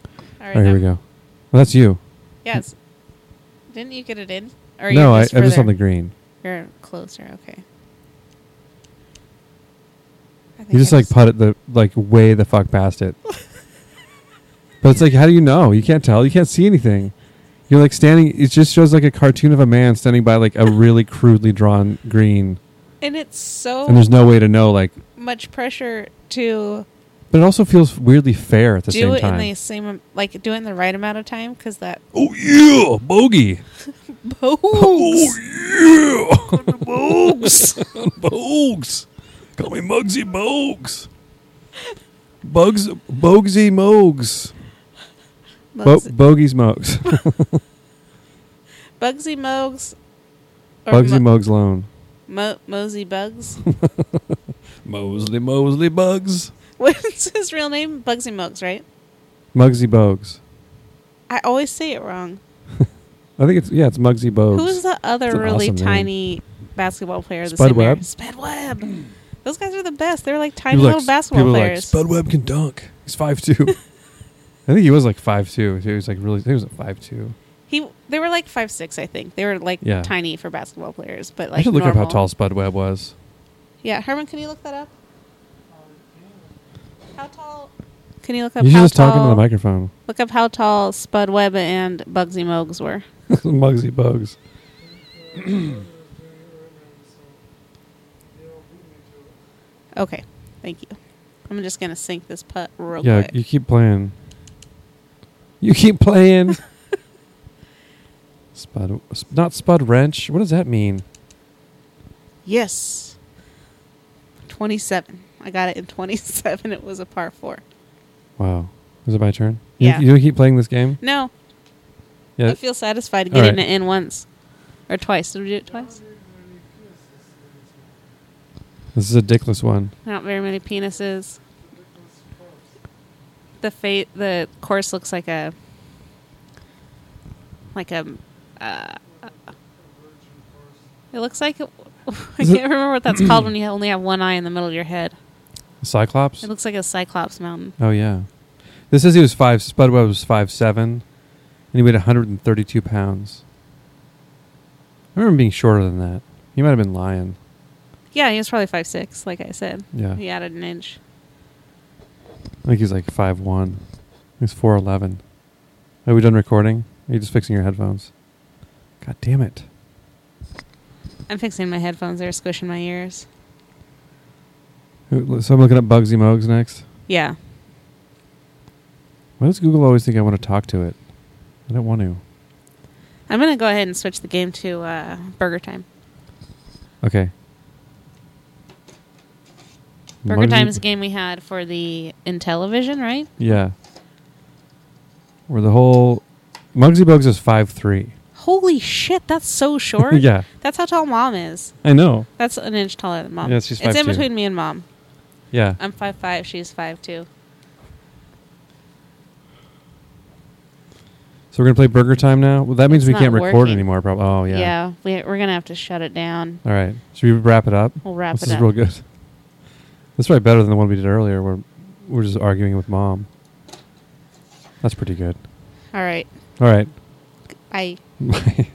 S2: All
S1: All right, oh, here we go. Well, that's you.
S2: Yes. Didn't you get it in? Or
S1: no,
S2: you're
S1: I,
S2: just
S1: I'm just on
S2: further-
S1: the green.
S2: You're closer. Okay. I think
S1: You just
S2: I
S1: like putt it the like way the fuck past it. but it's like, how do you know? You can't tell. You can't see anything. You're like standing. It just shows like a cartoon of a man standing by like a really crudely drawn green,
S2: and it's so
S1: and there's no way to know. Like,
S2: much pressure to
S1: but it also feels weirdly fair at the
S2: do
S1: same
S2: it
S1: time.
S2: in the same like do it in the right amount of time because that
S1: oh yeah, bogey. Oh,
S2: pose.
S1: yeah, Bogues. Bogues. Call me Mugsy Bogues. Bugs, Bogsy Mogs. Bo-
S2: Bugs-
S1: Bogies Mogs.
S2: Bugsy Mogs. or
S1: Bugsy
S2: Mo-
S1: Mogs Loan.
S2: Mo- Mosey Bugs.
S1: Mosley Mosley Bugs.
S2: What's his real name? Bugsy Mogs, right?
S1: Mugsy Bogues.
S2: I always say it wrong.
S1: I think it's yeah, it's Mugsy Bogues.
S2: Who's the other
S1: It's an
S2: really
S1: awesome name.
S2: tiny basketball player? The
S1: Spud
S2: same year?
S1: Webb?
S2: Spud Webb. Those guys are the best. They're like tiny
S1: People
S2: little
S1: like-
S2: basketball
S1: people are
S2: players.
S1: Like, Spud Webb can dunk. He's five two. I think he was like five two. He was like really. He was five two.
S2: he, they were like five six, I think. They were like
S1: Yeah.
S2: tiny for basketball players, but like
S1: I should look up how
S2: normal.
S1: tall Spud Webb was.
S2: Yeah, Herman, can you look that up? How tall? Can you look up?
S1: You should
S2: how
S1: just
S2: tall,
S1: talk into the microphone.
S2: Look up how tall Spud Webb and Bugsy Mogs were.
S1: Mugsy Bogues.
S2: Okay, thank you. I'm just gonna sink this putt real
S1: yeah,
S2: quick.
S1: you keep playing. You keep playing. Spud, not Spud Wrench. What does that mean?
S2: Yes. 27. I got it in 27. It was a par four.
S1: Wow. Is it my turn? You-
S2: Yeah.
S1: You, gonna keep playing this game?
S2: No,
S1: Yeah.
S2: I feel satisfied
S1: All
S2: getting
S1: right.
S2: it in once or twice. Did we do it twice?
S1: This is a dickless one.
S2: Not very many penises. The fate, the course looks like a like a. Uh, it looks like it, I
S1: Is it-
S2: can't remember what that's called when you only have one eye in the middle of your head.
S1: Cyclops.
S2: It looks like a cyclops mountain.
S1: Oh yeah. This says he was five. Spud Webb was five seven, and he weighed 132 pounds. I remember him being shorter than that. He might have been lying.
S2: Yeah, he was probably five six, like I said.
S1: Yeah.
S2: He added an inch.
S1: I think he's like five one. He's four eleven. Are we done recording? Are you just fixing your headphones? God damn it!
S2: I'm fixing my headphones. They're squishing my ears.
S1: Who- So I'm looking up Bugsy Mogs next.
S2: Yeah.
S1: Why does Google always think I want to talk to it? I don't want to.
S2: I'm going to go ahead and switch the game to uh, Burger Time.
S1: Okay.
S2: Burger
S1: Mugsy-
S2: Time is a game we had for the Intellivision, right?
S1: Yeah. Where the whole Muggsy Bugs is five three.
S2: Holy shit, that's so short.
S1: yeah,
S2: That's how tall mom is.
S1: I know.
S2: That's an inch taller than mom.
S1: Yeah, she's
S2: it's in
S1: 5'2".
S2: between me and mom.
S1: Yeah,
S2: I'm five five, she's five two.
S1: so we're gonna play Burger Time now. Well, that means
S2: It's
S1: we
S2: not
S1: can't record
S2: working.
S1: anymore. Probably. Oh yeah.
S2: yeah we, we're going to have to shut it down.
S1: All right. Should we wrap it up?
S2: We'll wrap
S1: this
S2: it
S1: is
S2: up.
S1: real good. That's probably better than the one we did earlier, where we're just arguing with mom. That's pretty good.
S2: All right.
S1: All right.
S2: I.
S1: Bye.